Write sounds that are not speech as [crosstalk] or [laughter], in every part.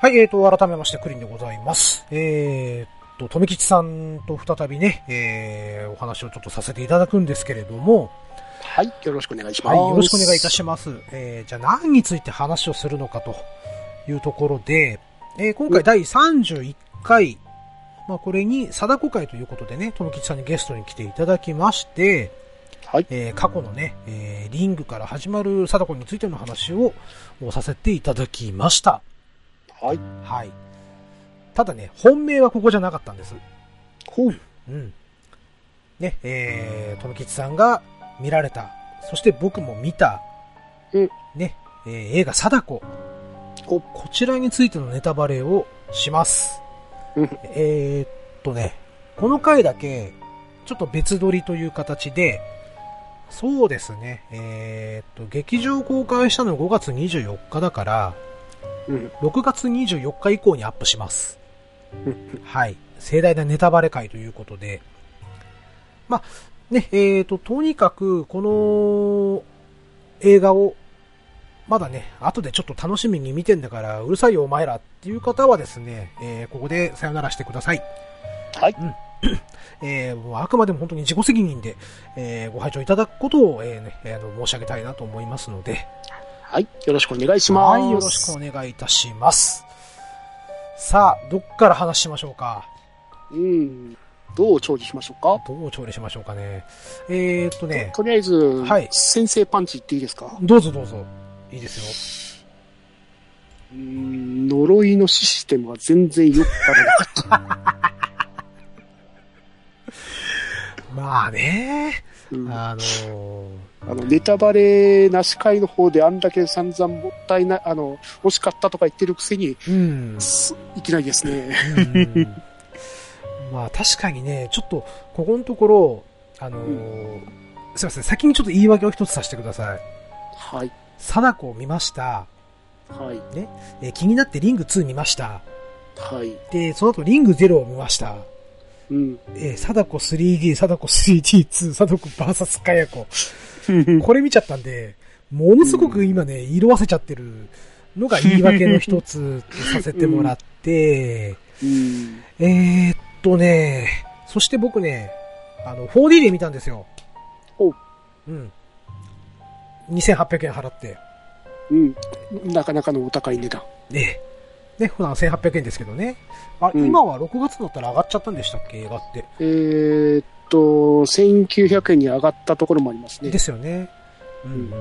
はい、えーと、改めまして、クリンでございます。えーと、富吉さんと再びね、えー、お話をちょっとさせていただくんですけれども、はい、よろしくお願いしまはす。い、よろしくお願いいたします。えー、じゃあ何について話をするのかというところで、えー、今回第31回、まあ、これに、貞子会ということでね、富吉さんにゲストに来ていただきまして、はい、えー過去のね、えーリングから始まる貞子についての話をさせていただきました。はい、はい。ただね、本命はここじゃなかったんです。ほう、うん。ね、えー、とめきちさんが見られた、そして僕も見た、うんね、えー映画、貞子。おこちらについてのネタバレをします。うんえー、っとね、この回だけ、ちょっと別撮りという形で、そうですね、えー、っと、劇場公開したの5月24日だから、うん、 6月24日以降にアップしますう。はい。盛大なネタバレ会ということで。まあ、ね、えーと、とにかく、この映画を、まだね、後でちょっと楽しみに見てんだから、うるさいよお前らっていう方はですね、えーここでさよならしてください。はい、えーもうあくまでも本当に自己責任で、えーご拝聴いただくことを、えーね、えーあの、申し上げたいなと思いますので、はい、よろしくお願いしまはす。い、よろしくお願いいたします。さあ、どっから話しましょうか。うん、どう調理しましょうかどう調理しましょうかね。えー、っとね、とりあえず、はい先制パンチ言っていいですかどうぞどうぞ。いいですうん、呪いのシステムは全然よくわからなかっよ。まあね、た。うん [laughs] あのーあの、ネタバレなし会の方であんだけ散々もったいない、あの、惜しかったとか言ってるくせに、うん。 [laughs] すいきなりですね。うんまあ確かにね、ちょっと、ここのところ、あのーすいません、先にちょっと言い訳を一つさせてください。はい、貞子を見ました。はい、えー気になってリング2見ました。はい、で、その後リング0を見ました。 [laughs] うん。えー、貞子 3D、貞子 3D2、貞子 VS かやこ。これ見ちゃったんで、ものすごく今ね、色あせちゃってるのが言い訳の一つとさせてもらって、うん、えーっとね、そして僕ね、あの、4D で見たんですよ。おううん。2800円払って。うん、なかなかのお高い値段。ね。ね、普段1800円ですけどね。あ、うん今は6月だったら上がっちゃったんでしたっけ映画って。えーっと、1900円に上がったところもありますねで。すよね。うん、うん。な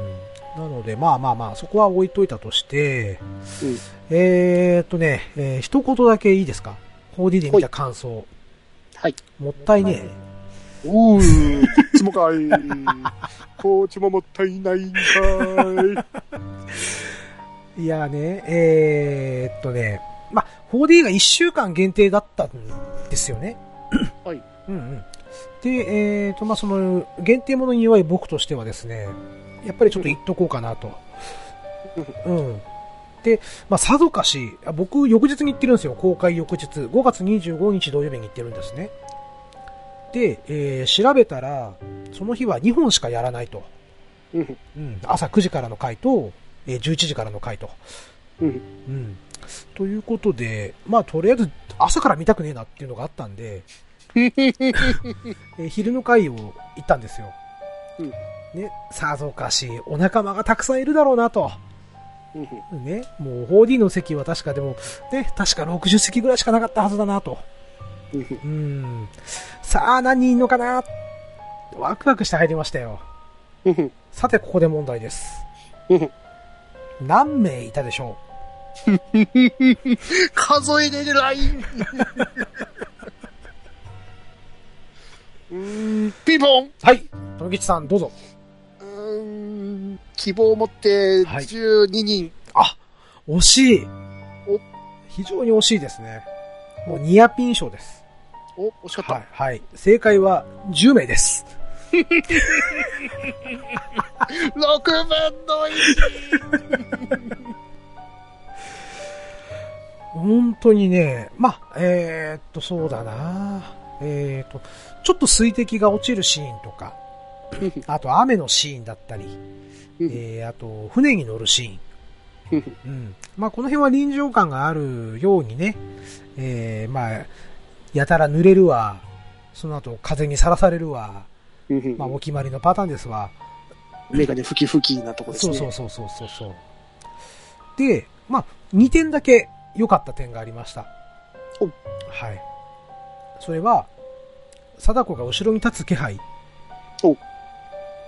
ので、まあまあまあ、そこは置いといたとして、うんえーっとね、えー一言だけいいですか ?4D で見た感想。はい。もったいねえ。おう、こっちもかい。 [laughs] こっちももったいないんかい。いやね、えーっとね、まあ、4D が1週間限定だったんですよね。 [coughs] はい。うんうん。で、えーっと、まあ、その、限定ものに弱い僕としてはですね、やっぱりちょっと言っとこうかな [laughs] と。うん。で、まあ、さぞかし、あ僕、翌日に行ってるんですよ。公開翌日。5月25日土曜日に行ってるんですね。で、えー調べたら、その日は2本しかやらないと。うん、うん。朝9時からの回と、えー11時からの回と。うん、うん。ということで、まあ、とりあえず、朝から見たくねえなっていうのがあったん [laughs] で、えー昼の会を行ったんですよ。うんね、さぞかし、お仲間がたくさんいるだろうなと。うん、ね、もう 4D の席は確かでも、ね、確か60席ぐらいしかなかったはずだなと。うんうん。さあ、何人いんのかなワクワクして入りましたよ。うん、さて、ここで問題です。うん。何名いたでしょ数えれるライン。うーん、ピンポンうはい。富吉さん、どうぞ。うーん、希望を持ってはい12人。あ、惜しいお。非常に惜しいですね。もうニアピン賞です。お、惜しかった。はい。はい。正解は10名です。 6分の本当にね、まあ、えー、っと、そうだなえー、っと、ちょっと水滴が落ちるシーンと [laughs] か、あと雨のシーンだったり、 1! えー、あと船に乗るシーン。うん。まあ、この辺は臨場感があるようにね、えー、まあ、やたら濡れるわ、その後風にさらされるわ、うんまあ、お決まりのパターンですわ。メガネ吹き吹きなとこですそうね。そうそうそうそうそう。で、まあ、2点だけ良かった点がありました。おはい。それは、貞子が後ろに立つ気配お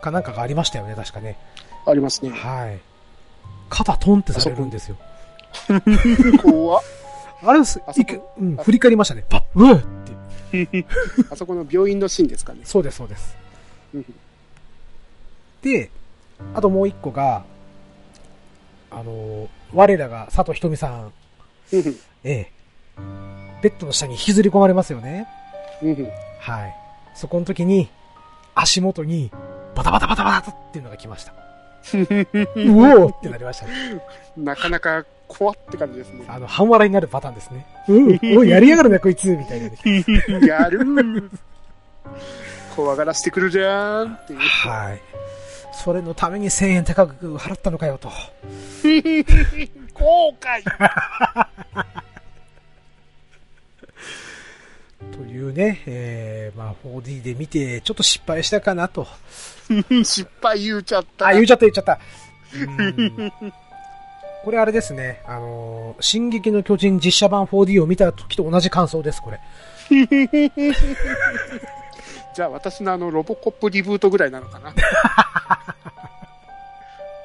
かなんかがありましたよね、確かね。ありますね。はい。肩トンってされるんですよ。怖っあれですあ、そいこくうん、振り返りましたね。パッ、うわっって。あそこの病院のシーンですかね。そうです、そうですうん。で、あともう一個が、あの、我らが佐藤瞳さん、うんええ、ベッドの下に引きずり込まれますよね。うんはい。そこの時に、足元に、バタバタバタバタっていうのが来ま [laughs] した。うおーってなりましたね。なかなか怖って感じですね。あの、半笑いになるパターンですね。うん、おいやりやがるな、こいつみたい [laughs] なね。やるー怖がらしてくるじゃーんっていう。はい。それのために1000円高く払ったのかよと。 [laughs] 後悔というね、えー、まあ 4D で見て、ちょっと失敗したかなと。失敗言うちゃった。あ、言っちゃった言っちゃった。うんこれあれですね、あのー進撃の巨人実写版 4D を見た時と同じ感想です、これ。じゃあ私のあのロボコップリブートぐらいなの [laughs] かな。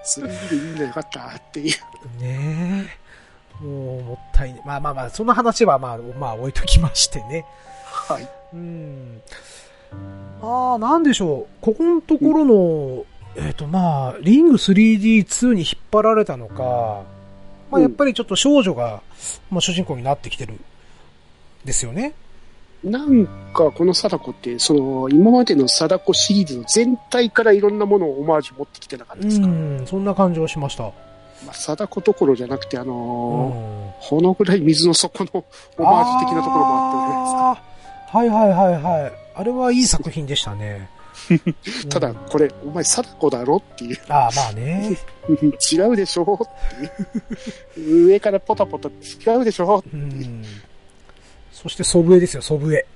それでいいんだよかったっていう。ねえ。もう、もったいね。まあまあまあ、その話はまあ、まあ置いときましてね。はい。うん。ああ、なんでしょう。ここのところの、えっ、とまあ、リング 3D2 に引っ張られたのか、まあうんやっぱりちょっと少女が、まあ主人公になってきてる、ですよね。なんかこの貞子って、その今までの貞子シリーズの全体からいろんなものをオマージュ持ってきてなかったうですか、ん、そんな感じはしました。まあ、貞子どころじゃなくて、あうのーん。このぐらい水の底のオマージュ的なところもあったじゃないですか。あーはいはいはいはい。あれはいい作品でしたね。ただ、うんこれ、お前、貞子だろっていう。ああ、まあ [laughs] ね。違うでしょっていう。上からポタポタ違うでしょうん。そして、祖父江ですよ、祖父 [laughs] 江。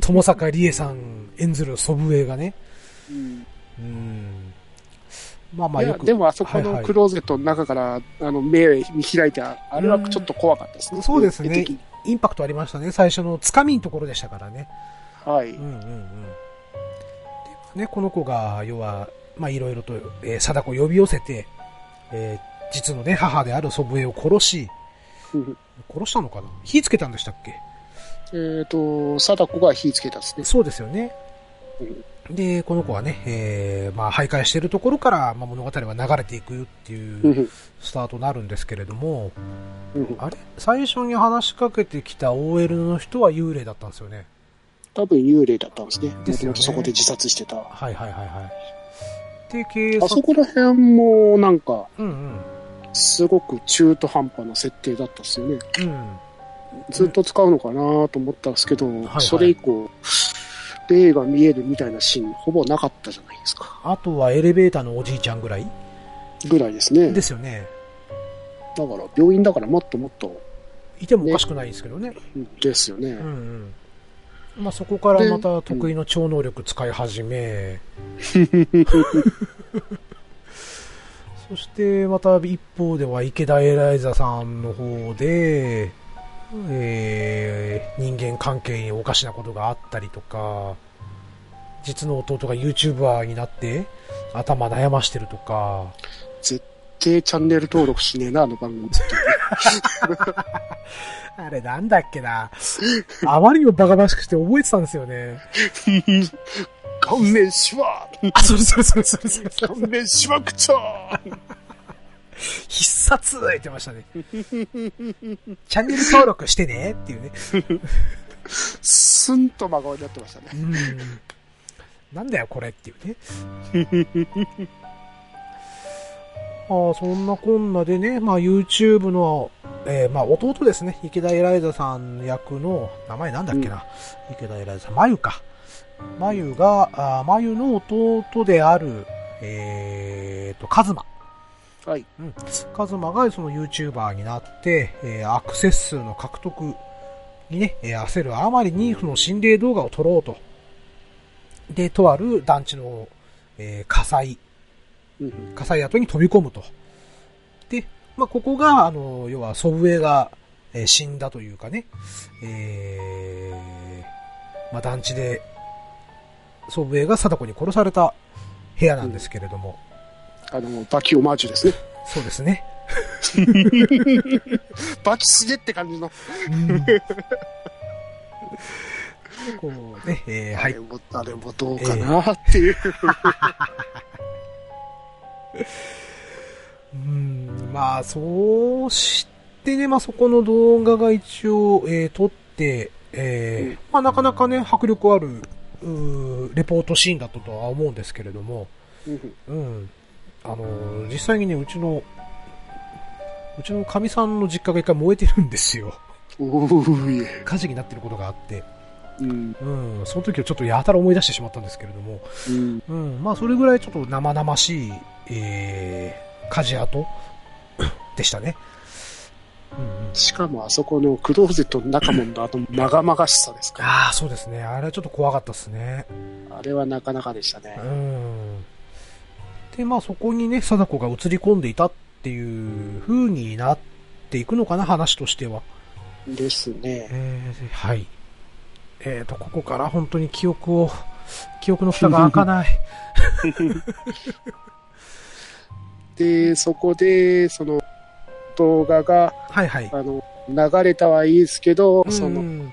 友坂理恵さん演ずる祖父江がね。うんうん。まあまあいよやく。でも、あそこはいはのいクローゼットの中から、あの、目を見開いて、あれはちょっと怖かったですうんね。そうですね絵的にインパクトありましたね。最初のつかみのところでしたからね。はういん。うんうん。でね、この子が、要は、まあいろいろと、えー貞子を呼び寄せて、えー実のね、母である祖父江を殺し、殺したのかな火つけたんでしたっけえっと、貞子が火つけたですね。そうですよね。で、この子はね、えーまあ、徘徊してるところから、まあ、物語は流れていくってういうんスタートになるんですけれども、うんあれ最初に話しかけてきた OL の人は幽霊だったんですよね。多分幽霊だったんですね。ですよもとねもとそこで自殺してた。あはいはいはいはい。で、警察そ、こら辺も、なんか、うんうん。すごく中途半端な設定だったっすよね。うん。ずっと使うのかなと思ったんですけど、はいそれ以降、霊が見えるみたいなシーン、ほぼなかったじゃないですか。あとはエレベーターのおじいちゃんぐらいぐらいですね。だでかすよね。ら、病院だからもっともっと、いてもおかしくないですけどね。ですよね。うんうん。まあ、そこからまた得意の超能力使い始 [laughs] め、そしてまた一方では池田エライザさんの方で、えー人間関係におかしなことがあったりとか、実の弟が YouTuber になって頭悩ましてるとか、で、チャンネル登録しねえな、あの番組って。あれなんだっけな。あまりにもバカバしくして覚えてたんですよ [laughs] ね。顔面しわあ、そうそうそうそうそうそう顔。面しわくちゃ必殺言ってましたね。 [laughs] チャンネル登録してねっていうね。すんと真顔になってましたね。うん。なんだよこれっていうね。 [laughs] ああ、そんなこんなでね、まあ YouTube の、えーまあ弟ですね、池田エライザさん役の、名前なんだっけな、池田エライザさん、まゆか。まゆが、あーまゆの弟である、えーと、カズマ。あはい。カズマがその YouTuber になって、えーアクセス数の獲得にね、えー焦るあまりにその心霊動画を撮ろうと。で、とある団地の、えー火災、うん。火災跡に飛び込むと。で、まあ、ここが、あの、要は祖父江が、えー死んだというかね、えーまあ、団地で、祖父江が貞子に殺された部屋なんですけれども、あの、バキオマージュですね。そうですね。バキすげって感じ [laughs] の。こうね、えーあはいれ。も、あれもどうかなっていう。うん、まあ、そうしてね、まあそこの動画が一応、えー撮って、えーまあなかなかね、迫力ある、うーレポートシーンだったとは思うんですけれども、うんうん。あのー実際にね、うちの、うちのかみさんの実家が一回燃えてるんですよ。おーいえ。火事になってることがあって。うん。うん。その時をちょっとやたら思い出してしまったんですけれども。うん。うん、まあそれぐらいちょっと生々しい、えー、火事跡でしたね。うんうん、しかもあそこのクローゼットの中ものあの、まがまがしさですか。ああ、そうですね。あれはちょっと怖かったですね。あれはなかなかでしたうね。ん。で、まあそこにね、貞子が映り込んでいたっていう風になっていくのかな、話としては。ですね。えー、はい。えーと、ここから本当に記憶を、記憶の蓋が開かない。 [laughs] で、そこで、その、動画が、はいはい。あの、流れたはいいですけど、そうんの、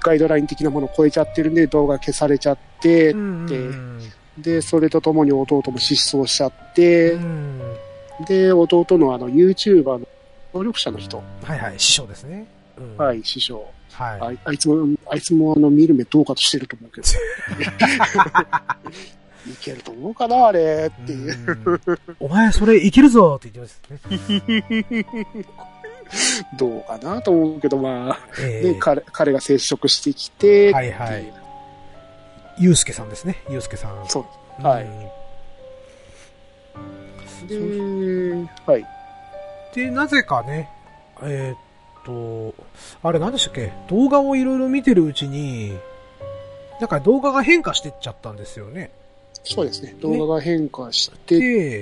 ガイドライン的なものを超えちゃってるんで、動画消されちゃって、うんでうんで、それとともに弟も失踪しちゃって、うんで、弟のあの、YouTuber の協力者の人、はいはい、師匠ですね。うんはい、師匠。はい。あいあいつも、あいつもあの、見る目どうかとしてると思うけ [laughs] ど。いけると思うかな、あれ、っていう。うんお前、それいけるぞって言ってましたね。どうかなと思うけど、まあ、えで、ー、彼彼が接触してきて、はいはいってうゆうすけさんですね。ゆうすけさん。そううんはいで、はい。で、なぜかね、えーっと、あれ何でしたっけ動画をいろいろ見てるうちに、なんか動画が変化してっちゃったんですよね。そうですね。動画が変化して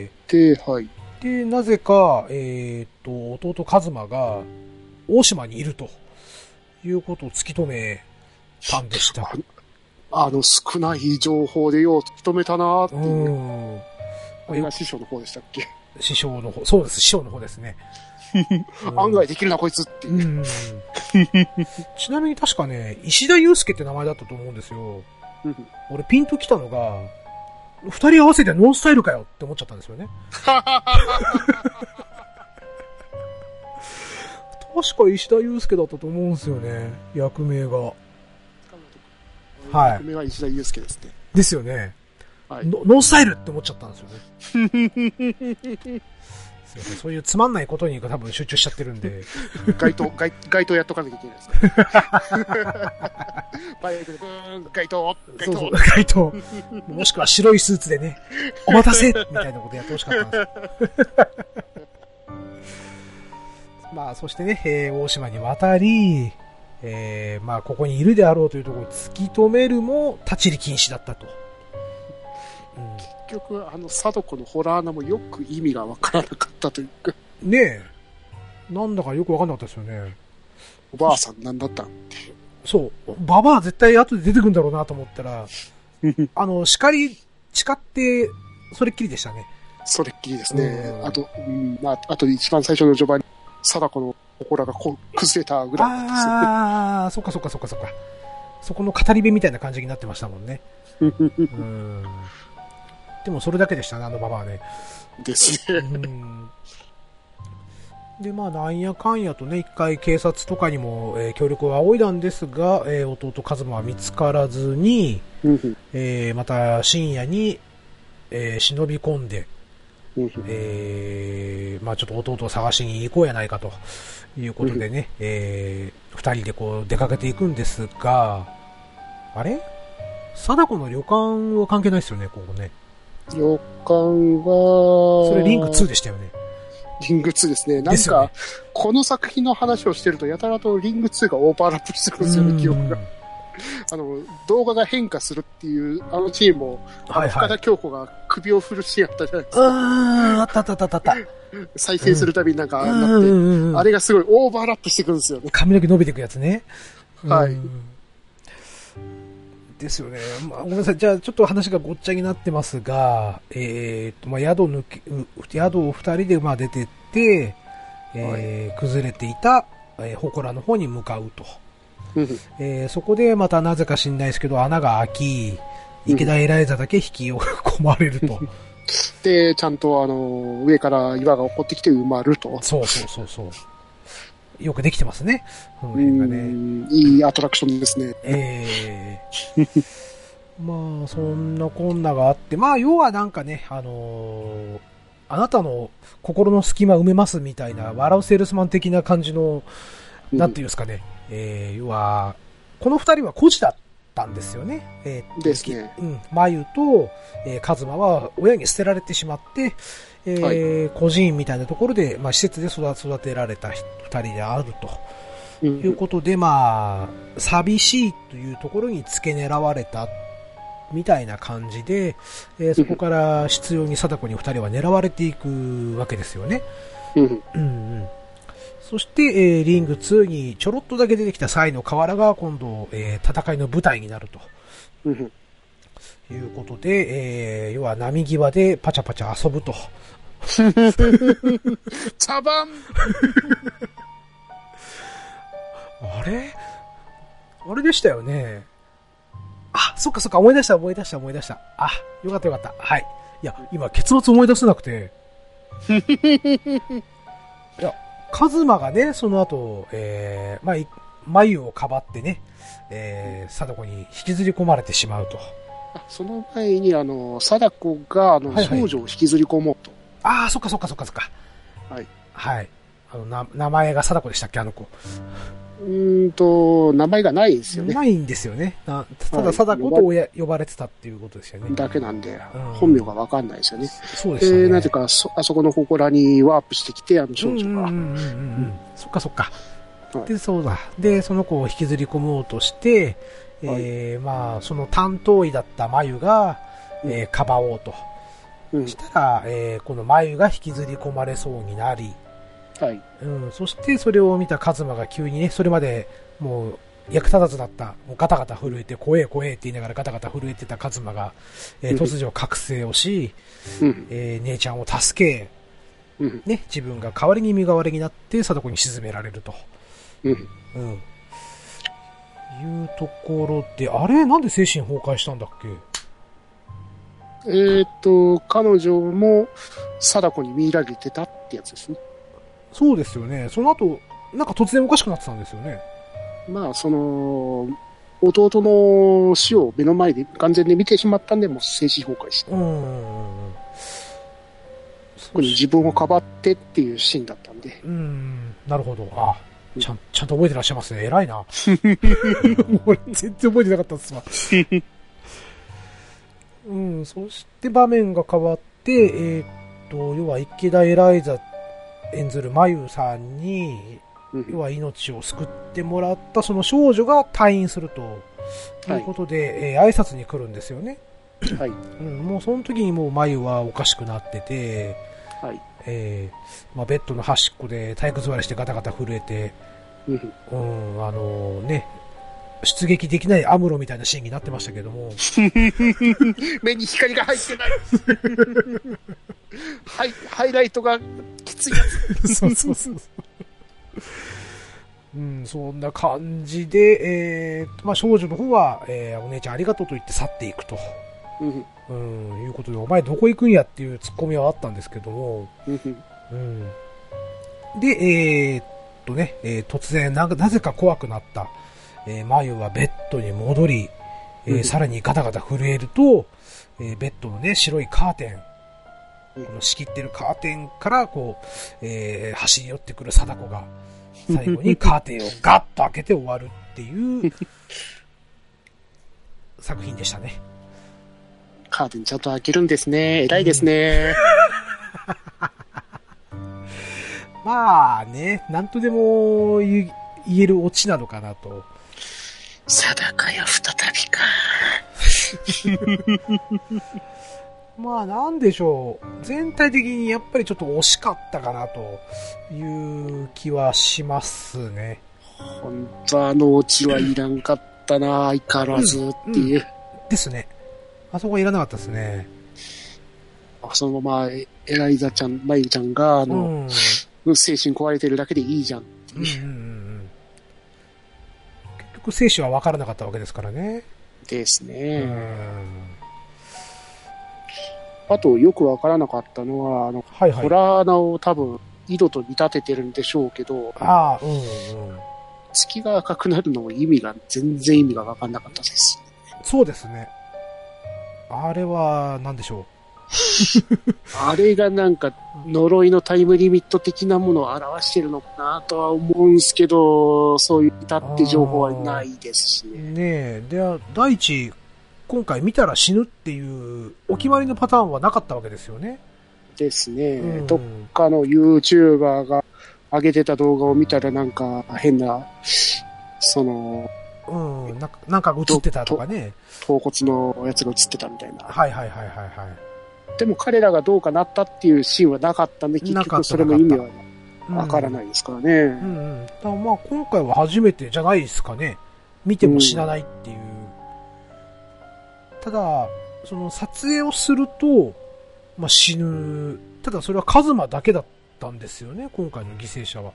っで、て、はい。で、なぜか、えーっと、弟カズマが、大島にいると、いうことを突き止めたんでした。あの、少ない情報でよう突き止めたなーってういう。ん。あれが師匠の方でしたっけ、師匠の方、そうです、師匠の方ですね。うん [laughs] 案外できるな、こいつっていうう。ん。ちなみに確かね、石田祐介って名前だったと思うんですよ。うん俺ピンと来たのが、二人合わせてノンスタイルかよって思っちゃったんですよね。確か石田祐介だったと思うんですよね。役名が。はい役目は石田祐介ですね。ですよね。はい。のノンスタイルって思っちゃったんですよね。すいません [laughs] そういうつまんないことに多分集中しちゃってるんで。街頭、街街頭やっとかなきゃいけないです。 [laughs] バイクでブーン、街頭、そ街う頭。そう、回答。もしくは白いスーツで [laughs] ね、お待たせみたいなことやってほしかったんです。 [laughs] まあ、そしてね、えー大島に渡り、えーまあ、ここにいるであろうというところを突き止めるも、立ち入り禁止だったと。結局、あの、貞子のホラー穴もよく意味がわからなかったというか、うん、ねえ、なんだかよくわかんなかったですよね。おばあさんなんだ [laughs] ったんっていう。そう、ババア絶対後で出てくんだろうなと思ったら、あの、叱り、誓って、それっきりでしたね。それっきりですねう。んあと、うん、まあ、あと一番最初の序盤に、貞子の祠がこう崩れたぐらいだったんですよああ、そっかそっかそっかそっか。そこの語り部みたいな感じになってましたもんね。うん。でもそれだけでしたね、あのババアね。ですうね。ん。で、まあ、なんやかんやとね、一回警察とかにも、えー協力を仰いだんですが、えー弟カズマは見つからずに、うんえーまた深夜に、えー忍び込んで、えーまあちょっと弟を探しに行こうやないかということでね、えー二人でこう出かけていくんですが、あれ貞子の旅館は関係ないですよね、ここね。予感は、それリング2でしたよね。リング2ですね。なでんすよかね、この作品の話をしてると、やたらとリング2がオーバーラップしてくるんですよね、記憶が。うあの、動画が変化するっていう、あのチームを、んはいは深い。田京子が首を振るシーンあったじゃないですうーん、あったあったあったあった。か。再生するたびになんか、なうっんて、うんうんあれがすごいオーバーラップしてくるんですよね。髪の毛伸びていくやつね。はいうんですよね。まあ、ごめんなさい。じゃあ、ちょっと話がごっちゃになってますが、えーと、まあ、宿抜け、う宿を二人で、まあ、出てって、えー崩れていた、えー、祠の方に向かうと。うんえーそこで、またなぜか知んないですけど、穴が開き、池田エライザだけ引き [laughs] 込まれると。で、ちゃんとあの、上から岩が起こってきて埋まると。そうそうそうそう。よくできてますね。このう辺がね。ん、いいアトラクションですね。え [laughs] えまあ、そんなこんながあって、まあ、要はなんかね、あのーあなたの心の隙間埋めますみたいな、笑うセールスマン的な感じの、うんなんていうんですかね、ええ要は、この二人は孤児だったんですよね。ええですね。うん、眉と、えー、カズマは親に捨てられてしまって、えー孤児院みたいなところで、まあ、施設で育育てられた人二人であると。う、というんことで、まあ、寂しいというところに付け狙われた、みたいな感じで、えーそこから執拗に貞子に二人は狙われていくわけですよね。うん、うんうん。そして、えーリング2にちょろっとだけ出てきたサイの河原が今度、えー戦いの舞台になると。うん、いうことで、えー要は波際でパチャパチャ遊ぶと。茶番あれあれでしたよね。あ、そっかそっか、思い出した思い出した思い出した。あ、よかったよかった。はい。いや、今、結末思い出せなくて。 [laughs] いや、カズマがね、その後、えー、まあい、眉をかばってね、えー、貞子に引きずり込まれてしまうと。あその前に、あの、貞子が、あの、はいはい少女を引きずり込もうと。ああ、そっかそっかそっかそっか。はい。はい。あの、な、名前が貞子でしたっけ、あの子。うーんと、名前がないですよね。ないんですよね。なたはだ、い貞子と親呼ばれてたっていうことですよね。だけなんでうん、本名がわかんないですよね。そうでですね。なぜかそ、あそこの祠にワープしてきて、あの少女が。うんうんうんうんうんそっかそっか、はいでそうだでその子を引きずり込もうとして、えーまあ、その担当医だった眉が、えーかばおうとうんし、たら、えーこの眉が引きずり込まれそうになり、はい。うん、そしてそれを見たカズマが急にねそれまでもう役立たずだったもうガタガタ震えて怖え怖えって言いながらガタガタ震えてたカズマが、えーうん突如覚醒をし、うん、えー姉ちゃんを助けうん、ね、自分が代わりに身代わりになって貞子に沈められると、うん。うん、いうところであれなんで精神崩壊したんだっけえーっと、彼女も、貞子に見られてたってやつですね。そうですよねその後なんか突然おかしくなってたんですよねまあ、その、弟の死を目の前で完全で見てしまったんで、もう精神崩壊して、うんうんうん特に自分をかばってっていうシーンだったんで、うんなるほどあうんちゃんちゃんと覚えてらっしゃいますね偉い [laughs] な俺全然覚えてなかったっすわうんそして場面が変わってえーっと要は池田エライザ演ずる真由さんにうん要は命を救ってもらったその少女が退院するということで、えー挨拶に来るんですよね、はい、うん、もうその時にもう眉はおかしくなってて、はいえーまあ、ベッドの端っこで体育座りしてガタガタ震えて、うんうんあのね、出撃できないアムロみたいなシーンになってましたけど [laughs] も、 [laughs] 目に光が入ってないはい、ハイライトがきついやつ。そうそうそう。うん、そんな感じで、えーまあ、少女の方は、えーお姉ちゃんありがとうと言って去っていくと、うんうん、いうことで、お前どこ行くんやっていうツッコミはあったんですけども、うんうん、で、えーっとね、えー突然な、なぜか怖くなった、えー、眉はベッドに戻り、えーうんさらにガタガタ震えると、えーベッドのね、白いカーテうン、んこの仕切ってるカーテンから、こう、えー走り寄ってくる貞子が、最後 [laughs] にカーテンをガッと開けて終わるっていう作品でしたね。カーテンちゃんと開けるんですね。偉いですね。まあね、なんとでも言う言えるオチなのかなと。定かよ、再びか。まあなんでしょう。全体的にやっぱりちょっと惜しかったかなという気はしますね。本当あのオチはいらんかったな、相変わらずっていう。ですね。あそこはいらなかったですね。そのまま、エライザちゃん、マイルちゃんが、あうん。うの、ん精神壊れてるだけでいいじゃん。うんうんうん。結局生死は分からなかったわけですからね。ですうね。ん。あと、よくわからなかったのは、あの、はいはホい。ラー穴を多分、井戸と見立ててるんでしょうけど、ああ、うんうん。月が赤くなるのも意味が、全然意味がわかんなかったです。そうですね。あれは、なんでしょあれがなんか、呪いのタイムリミット的なものを表してるのかなとは思うんすけど、そういったって情報はないですしう。ね。ねえ。で、第一、今回見たら死ぬっていう、お決まりのパターンはなかったわけですよね。ですね。うんどっかの YouTuber が上げてた動画を見たらなんか変な、その、うん、なんか、なんか映ってたとかね。頭骨のやつが映ってたみたいな。はいはいはいはいはい。でも彼らがどうかなったっていうシーンはなかったんで、結なかっ局たそれも意味はうんわからないですからうね。んうん。だからまあ今回は初めてじゃないですかね。見ても死なないっていう。ただ、その撮影をすると、まあ死ぬ。ただそれはカズマだけだったんですよね、今回の犠牲者は。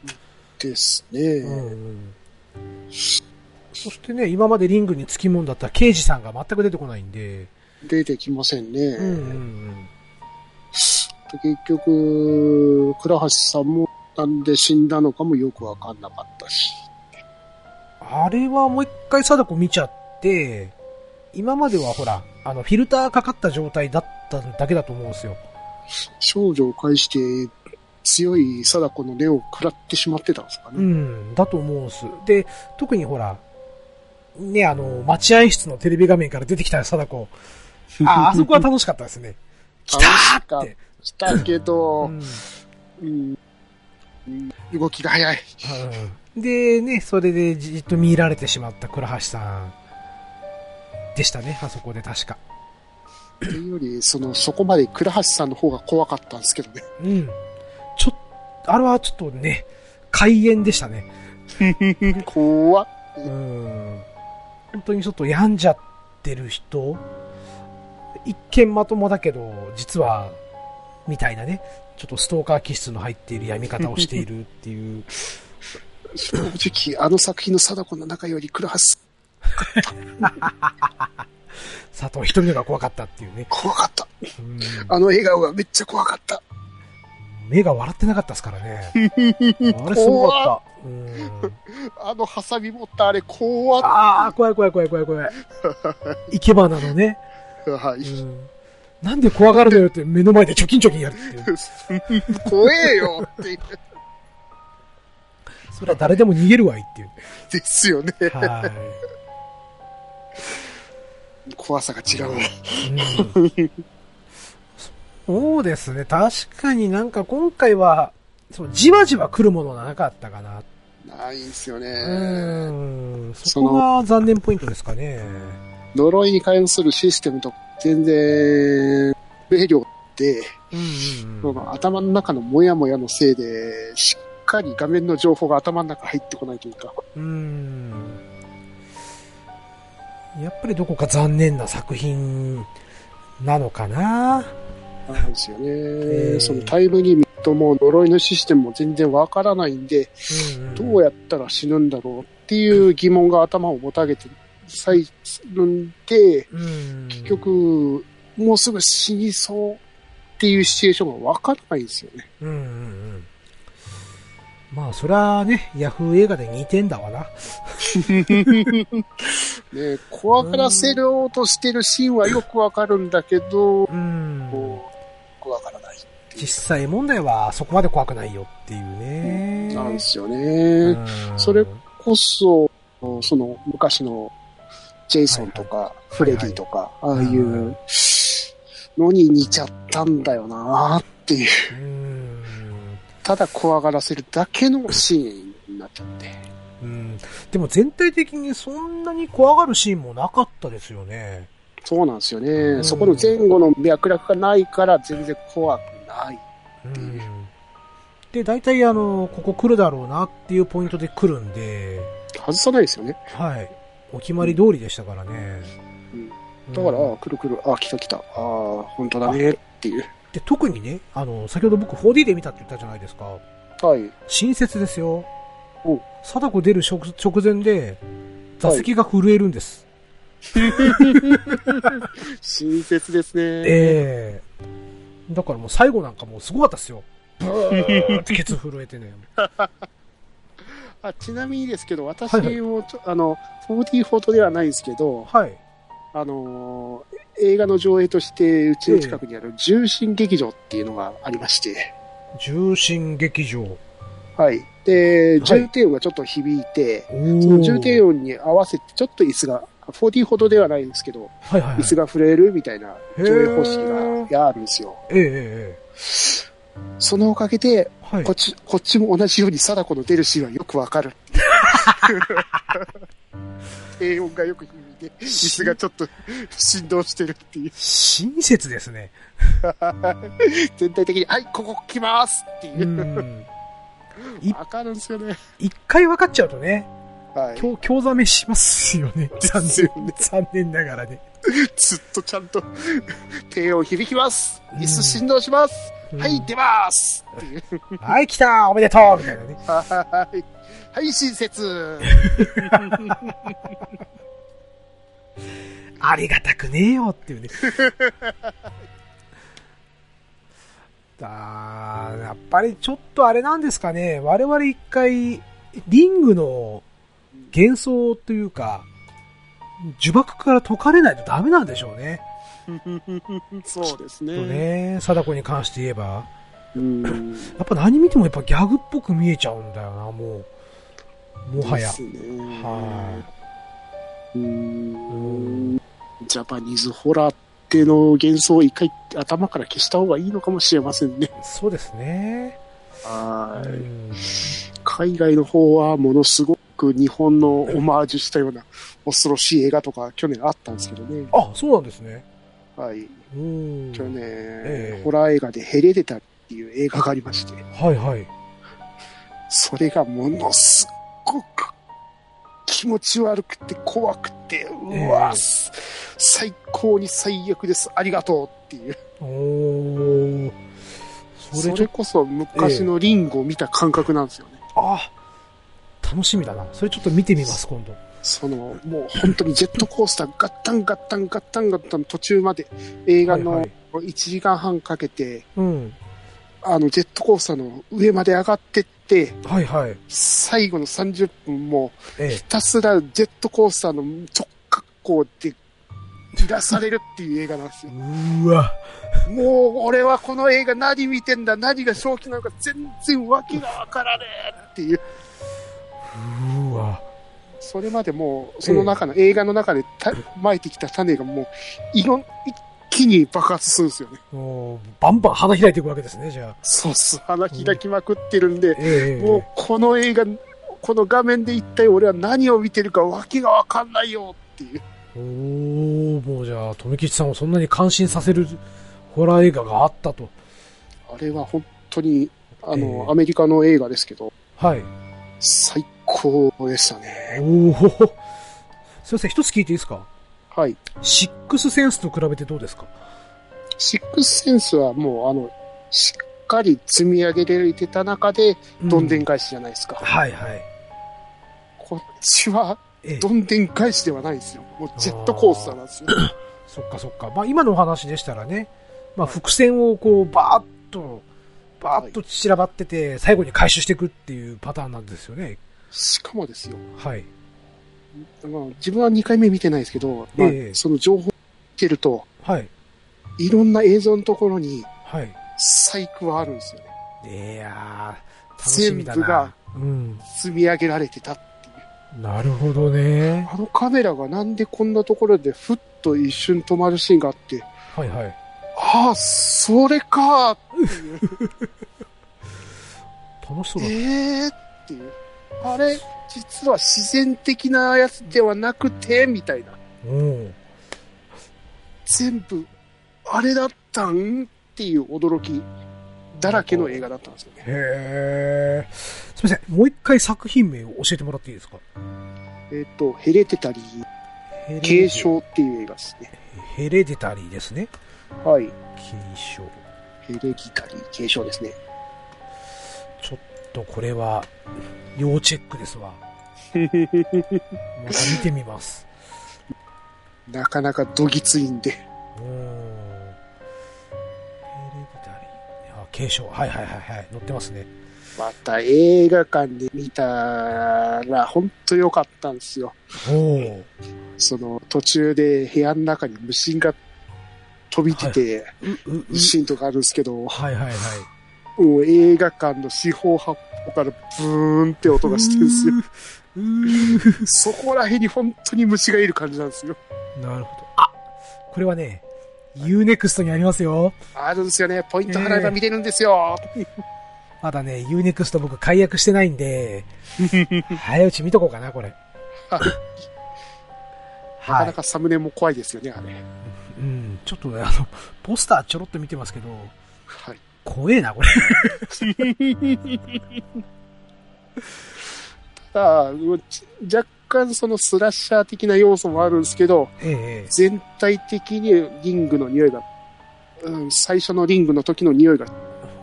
ですうんね。うん。そしてね、今までリングにつきもんだった刑事さんが全く出てこないんで。出てきませんね。うんうんうん。結局、倉橋さんもなんで死んだのかもよくわかんなかったし。あれはもう一回貞子見ちゃって、今まではほら、あの、フィルターかかった状態だっただけだと思うんですよ。少女を介して強い貞子の根を食らってしまってたんですかうね。ん、だと思うんす。で、特にほら、ね、あの、待合室のテレビ画面から出てきた貞 [laughs] 子。あ、あそこは楽しかったですね。来たーっ楽て。しかったけうど、んうんうん動きが早い。で、ね、それでじっと見入られてしまった倉橋さんでしたね、あそこで確か。というより、その、そこまで倉橋さんの方が怖かったんですけどね。うん。ちょっと、あれはちょっとね、開演でしたね。怖っ。うん本当にちょっと病んじゃってる人、一見まともだけど、実は、みたいなね、ちょっとストーカー気質の入っている闇方をしているっていう。正直、あの作品の貞子の中より倉橋さん佐藤瞳のが怖かったっていうね。怖かった。うんあの笑顔がめっちゃ怖かった。目が笑ってなかったですから [laughs] ね。あれすごかった。うんあのハサミ持ったあれ怖っ。ああ、怖い怖い怖い怖い怖い。生け花のね。はうい。んなんで怖がるのよって目の前でチョキンチョキンやるって [laughs] いう。怖えよっていう。それは誰でも逃げるわいっていう。ですよね。はい。怖さが違う。そうですね。確かになんか今回は、そうじわじわ来るものがなかったかな。ないんすようね。ーん。そこが残念ポイントですかね。呪いに関するシステムと全然、明瞭で、うんその頭の中のモヤモヤのせいで、しっかり画面の情報が頭の中入ってこないというか、うんうん。うん。やっぱりどこか残念な作品なのかな。なんですようね。んそのタイムリミットも呪いのシステムも全然わからないんで、どうややったら死ぬんだろうっていう疑問が頭をもたげて、最るんで、うん。結局、もうすぐ死にそうっていうシチュエーションがわからないんですよね。うんうんうん。まあ、そりゃね、ヤフー映画で似てんだわな。ね、怖がらせようとしてるシーンはよくわかるんだけど、ようん。くわからない。実際問題はそこまで怖くないよっていうね。なんですようね。んそれこそ、その昔のジェイソンとか、フレディとか、ああいうのに似ちゃったんだよなっていう。うん。ただ怖がらせるだけのシーンになっちゃって。うん。でも全体的にそんなに怖がるシーンもなかったですよね。そうなんですよね。んそこの前後の脈絡がないから全然怖くない。うん。で、大体あの、ここ来るだろうなっていうポイントで来るんで、外さないですよね。はい。お決まり通りでしたからね。だから、うんああ、くるくる、ああ、来た来た、ああ、本当だねっていう。で、特にね、あの、先ほど僕 4D で見たって言ったじゃないですか。はい。新設ですよお。貞子出る直直前で、座席が震えるんです。親切ですね。ええだからもう最後なんかもうすごかったっすよ。ブーってケツ震えてね。あちなみにですけど、私はいはいもちょ、あの、4D フォトではないんですけど、はい。あのー映画の上映として、うちの近くにある重心劇場っていうのがありまして、重心劇場。おはい。で、い重低音がちょっと響いて、ーその重低音に合わせて、ちょっと椅子が、4D ほどではないんですけど、はいはい、はい。椅子が震えるみたいな上映方式へーがあるんですよ。えええそのおかげで、えはいこっ。ち、こっちも同じように貞子の出るシーンはよくわ [laughs] かる。低音がよく響いて、椅子がちょっと振動してるっていう。親切ですね。全体的に、はい、ここ来ますっていうう。ん。いわかるんですよね。一回分かっちゃうとね、はい。今日、興ざめしますよね。残ですよ念ね。残念ながらね。ずっとちゃんと、低音響きますうん椅子振動します、うんはい、出ますっていう。はい、来たおめでとうみたいなね。はい。はい、親 [laughs] 切。ありがたくねえよっていうね。 [laughs] あーやっぱりちょっとあれなんですかね。我々一回、リングの幻想というか、呪縛から解かれないとダメなんでしょうね。そうですとね。ね、貞子に関して言えば。うん。やっぱ何見てもやっぱギャグっぽく見えちゃうんだよな、もう。もはやで。すねはうーんジャパニーズホラーっての幻想を一回頭から消した方がいいのかもしれませんね。そうですね。はうい。ん海外の方はものすごく日本のオマージュしたような恐ろしい映画とか去年あったんですけどね。あ、そうなんですね。はい。うん。去年、ええホラー映画でヘレデタリーっていう映画がありまして、はいはい。それがものすごく気持ち悪くて怖くて、うわ、ええ最高に最悪です。ありがとうっていう。おー。そそれちょれっと、こそ昔のリンゴを見た感覚なんですよね。あ、楽しみだな。それちょっと見てみます、今度。その、もう本当にジェットコースターガッタンガッタンガッタンガッタン途中まで映画はいはのい1時間半かけて、うん。あのジェットコースターの上まで上がってって、はいはい。最後の30分もええひ。たすらジェットコースターの直角行で揺らされるっていう映画なんですよ [laughs] う。ーわ。もう俺はこの映画何見てんだ、何が正気なのか全然わけがわからねえっていう。うーわ。それまでもう、その中の、映画の中でた撒いてきた種がもう、いろん、一気に爆発するんですよね。もう、バンバン花開いていくわけですね、じゃあ。そうっす。花開きまくってるんで、ええもうこの映画、この画面で一体俺は何を見てるかわけがわかんないよっていう。おー、もうじゃあ、富吉さんをそんなに感心させるホラー映画があったと。あれは本当に、あの、ええアメリカの映画ですけど、はい。最高でしたね。おー。すいません、一つ聞いていいですかはい。シックスセンスと比べてどうですかシックスセンスはもう、あの、しっかり積み上げられてた中で、どんでん返しじゃないですか。はいはい。こっちは、ええどんでん返しではないですよ。もうジェットコースターなんですよ。そっかそっか。まあ今のお話でしたらね、まあ伏線をこうバーッと、バーッと散らばってて、最後に回収していくっていうパターンなんですよね。しかもですよ、はい。まあ、自分は2回目見てないですけど、まあええその情報を見てると、はい。いろんな映像のところにはい。細工はあるんですよね。いやー、楽しみだな。全部がうん。積み上げられてたっていう。なるほどね。あのカメラがなんでこんなところでふっと一瞬止まるシーンがあって、はいはい。ああ、それかー楽しそうだ。えーっていう。あれ、実は自然的なやつではなくて、みたいな。うん。全部、あれだったんっていう驚きだらけの映画だったんですよね。へえ。すみません、もう一回作品名を教えてもらっていいですかえっ、と、ヘレテタリー、継。承っていう映画ですね。ヘレデタリーですね。はい。継承。ヘレディタリー、継承ですね。ちょっとこれは、要チェックです [laughs] わ。また見てみます。なかなかどぎついんで。うん。ヘレデタリー。あ、継承。はいはいはいはい。載ってますね。また映画館で見たら、ほんと良かったんですよ。おお。その、途中で部屋の中に無心が飛び出て、う、う、シーンとかあるんですけど、はいはいはい。もう映画館の四方八方からブーンって音がしてるんですよ。うーそこら辺に本当に虫がいる感じなんですよ。なるほど。あこれはね、UNEXT にありますよ。あるんですよね。ポイント払えば見れるんですよ。まだね、UNEXT 僕解約してないんで、早いうち見とこうかな、これ。なかは。ないかサムネも怖いですよね、あれ。うん、ちょっとね、あの、ポスターちょろっと見てますけど、はい。怖えな、これ。 [laughs] ただ、うんち若干そのスラッシャー的な要素もあるんですけど、ええ全体的にリングの匂いが、うん、最初のリングの時の匂いがう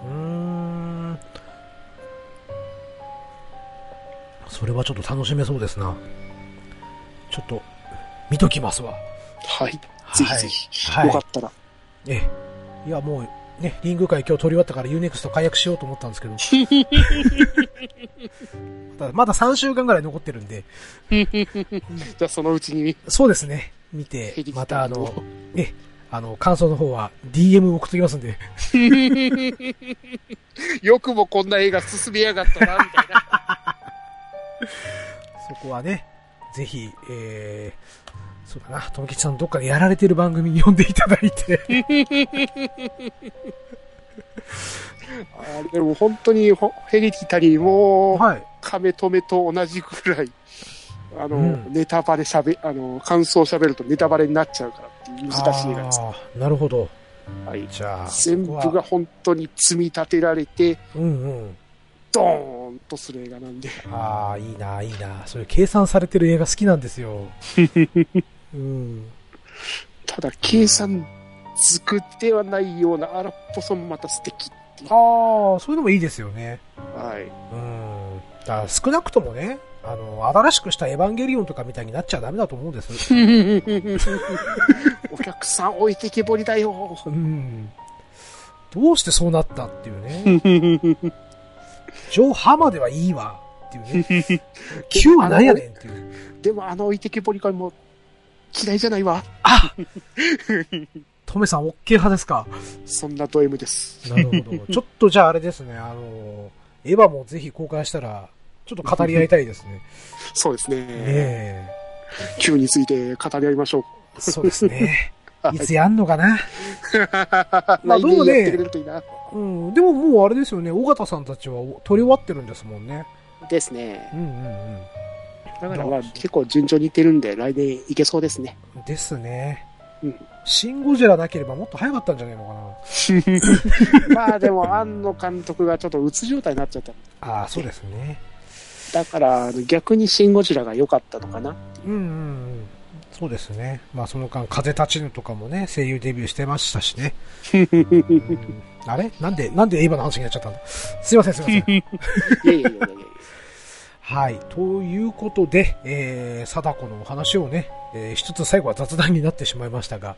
ーん。それはちょっと楽しめそうですな。ちょっと、見ときますわ。はい。ぜひぜひ、はいよかったら。ええ。いや、もう、ね、リング会今日取り終わったから UNEXT 解約しようと思ったんですけ [laughs] ど。まだまだ3週間ぐらい残ってるんで、じゃあそのうちに、そうですね。見てヘリ、まキたタあリーをの、え、あの、感想の方は DM 送っときますんで。よくもこんな映画進みやがったな、みた [laughs] いな。そこはね、ぜひ、えー、そうだな、ともきちさんどっかでやられてる番組に呼んでいただい [laughs] て。あれも本当にほヘリティタリーも、はい。亀止めと同じぐらい、あの、うんネタバレしゃべ、あの、感想をしゃべるとネタバレになっちゃうからっていう難しい映画です。あーなるほど。はい。じゃあ、全部そこがは。本当に積み立てられて、うんうん。ドーンとする映画なんで。ああ、いいな、いいな。そういう計算されてる映画好きなんです [laughs] よ。うん。ただ、計算づくではないような荒っぽさもまた素敵。ああ、そういうのもいいですよね。 [laughs] はい。うん。だから少なくともね、あの、新しくしたエヴァンゲリオンとかみたいになっちゃダメだと思うんです。お客さん置いてけぼりだよ。うん。どうしてそうなったっていうね。上ハまではいいわっていうね。9は何やねんっていう。でも、あの置いてけぼり会も嫌いじゃないわ。トメさん OK 派ですかそんなド M です。なるほ [laughs] ど。ちょっとじゃああれですね、あの、エヴァもぜひ公開したら、ちょっと語り合いたい [laughs] ですね。ねそうですね。え9について語り合いましょう。えそうですね。いつやんのか [laughs] なまあ来どうも年ねやってくれるといいな。うん。でももうあれですよね、尾形さんたちは撮り終わってるんですもんね。ですねう。んうんうん。だからまあ結構順調にいってるんで、来年いけそうで [laughs] すね。ですね。うんシン・ゴジラなければもっと早かったんじゃないのまあでも、庵野監督がちょっとうつ状態になっちゃった。かな。ああ、そうですね。だから、あの逆にシン・ゴジラが良かったのかな。うんうんうん。そうですね。まあその間、風立ちぬとかもね、声優デビューしてましたしね。うんあれなんで、なんでエヴァの話になっちゃったんだすいません、すいません。いやいやいやいやはい。ということで、えー、貞子のお話をね、えー、しつつ最後は雑談になってしまいましたが、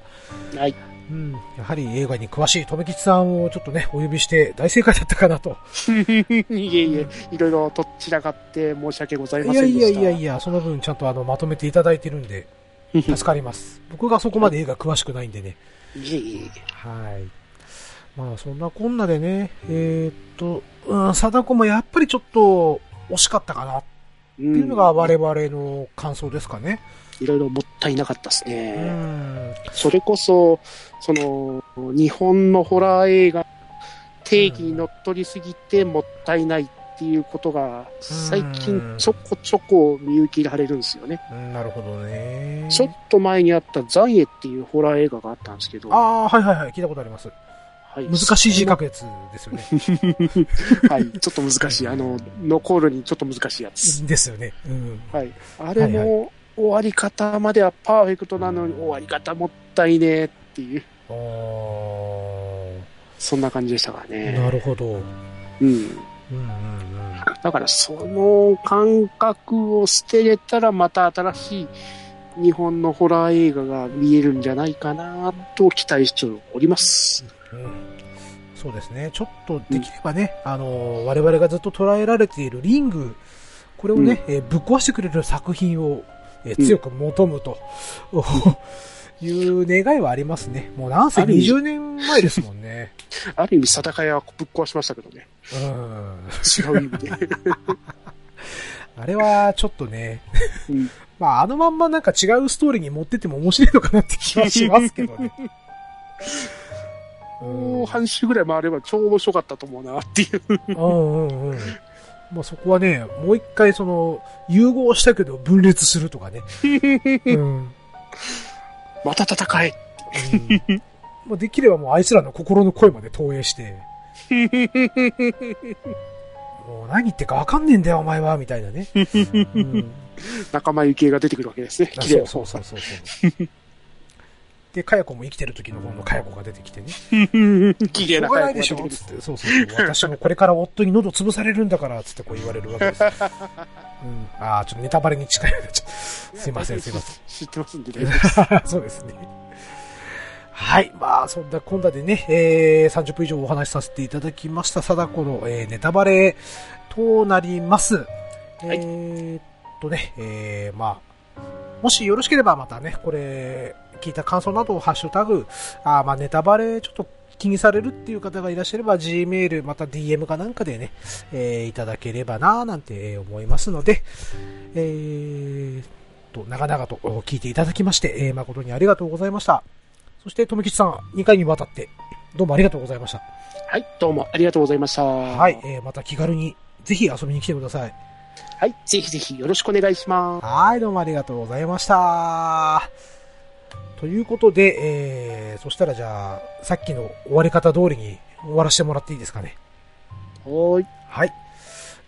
いや。はい。うん、やはり映画に詳しい留吉さんをちょっとね、お呼びして大正解だったかなと。いえいえ、いろいろとっちらかって申し訳ございいまやせんいでやしいた。やいや、その分ちゃんとあの、まとめていただいてるんで、助かります。僕がそこまで映画詳しくないんでね。いえいえいはい。まあ、そんなこんなでね、えーっと、うん、貞子もやっぱりちょっと惜しかったかなってっていうのが我々の感想ですかね。いろいろもったいなかったですね。うん。それこそ、その、日本のホラー映画、定義にのっとりすぎてもったいないっていうことが、最近ちょこちょこ見受けられるんですよね。うんなるほどね。ちょっと前にあったザイエっていうホラー映画があったんですけど、ああ、はいはいはい、聞いたことあります。はい難しい字書くやつですよね。はい、ちょっと難しい。あの、残るにちょっと難しいやつ。ですよね。うん。はい。あれも、はい終わり方まではパーフェクトなのに、終わり方もったいねえっていう、あーそんな感じでしたからね。なるほど。うんううん。んうん。だからその感覚を捨てれたらまた新しい日本のホラー映画が見えるんじゃないかなと期待しております。うんそうですね。ちょっとできればね、あの、我々がずっと捉えられているリング、これをね、えーぶっ壊してくれる作品を、えーうん強く求むと、いう願いはありますね。もう何歳ある意味 ?20 年前ですもんね。ある意味、定屋はぶっ壊しましたけどね。うん。違う意味で。あれはちょっとね、うんまああのまんまなんか違うストーリーに持ってっても面白いのかなって気はしますけどね。もう半周ぐらい回れば超面白かったと思うなっていう。うんうんうん。まあそこはね、もう一回その、融合したけど分裂するとかね。うん。うんまた戦えまあできればもうあいつらの心の声まで投影して。もう何言ってかわかんねえんだよお前は、みたいなね。うん仲間由紀恵が出てくるわけですね。あ [laughs] 綺麗そうなそう方そうそうそう。で、かやこも生きてる時の方のかやこが出てきてね。 [laughs] 綺麗しょなうが方ながい出でてしくょるつって、そうそうそう。私もこれから夫に喉潰されるんだから、つってこう言われるわけです。うん。ああ、ちょっとネタバレに近いようになっちゃう。すいません、すいません。知ってますんでね。 [laughs] そうですね。はい。まあ、そんなこんなでね、えー、30分以上お話しさせていただきました、貞子の、えー、ネタバレとなります。いえーっとね、えー、まあ、もしよろしければまたね、これ、聞いた感想などをハッシュタグ、あーまあ、ネタバレちょっと気にされるっていう方がいらっしゃれば、G メール、また DM かなんかでね、えーいただければなーなんてえー思いますので、えー、と、長々と聞いていただきまして、えー誠にありがとうございました。そして、とめきちさん、2回にわたって、どうもありがとうございました。はい、どうもありがとうございました。ははい、。えーまた気軽に、ぜひ遊びに来てください。はい、ぜひぜひよろしくお願いします。はい、どうもありがとうございました。ということで、えー、そしたらじゃあ、さっきの終わり方通りに終わらせてもらっていいですかね。はーい。はい。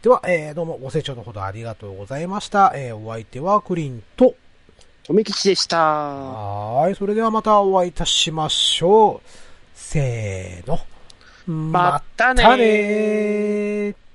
では、えー、どうもご清聴のほどありがとうございました。えー、お相手はクリンと、とめきちでした。はーい。それではまたお会いいたしましょう。せーの。またねーまたねー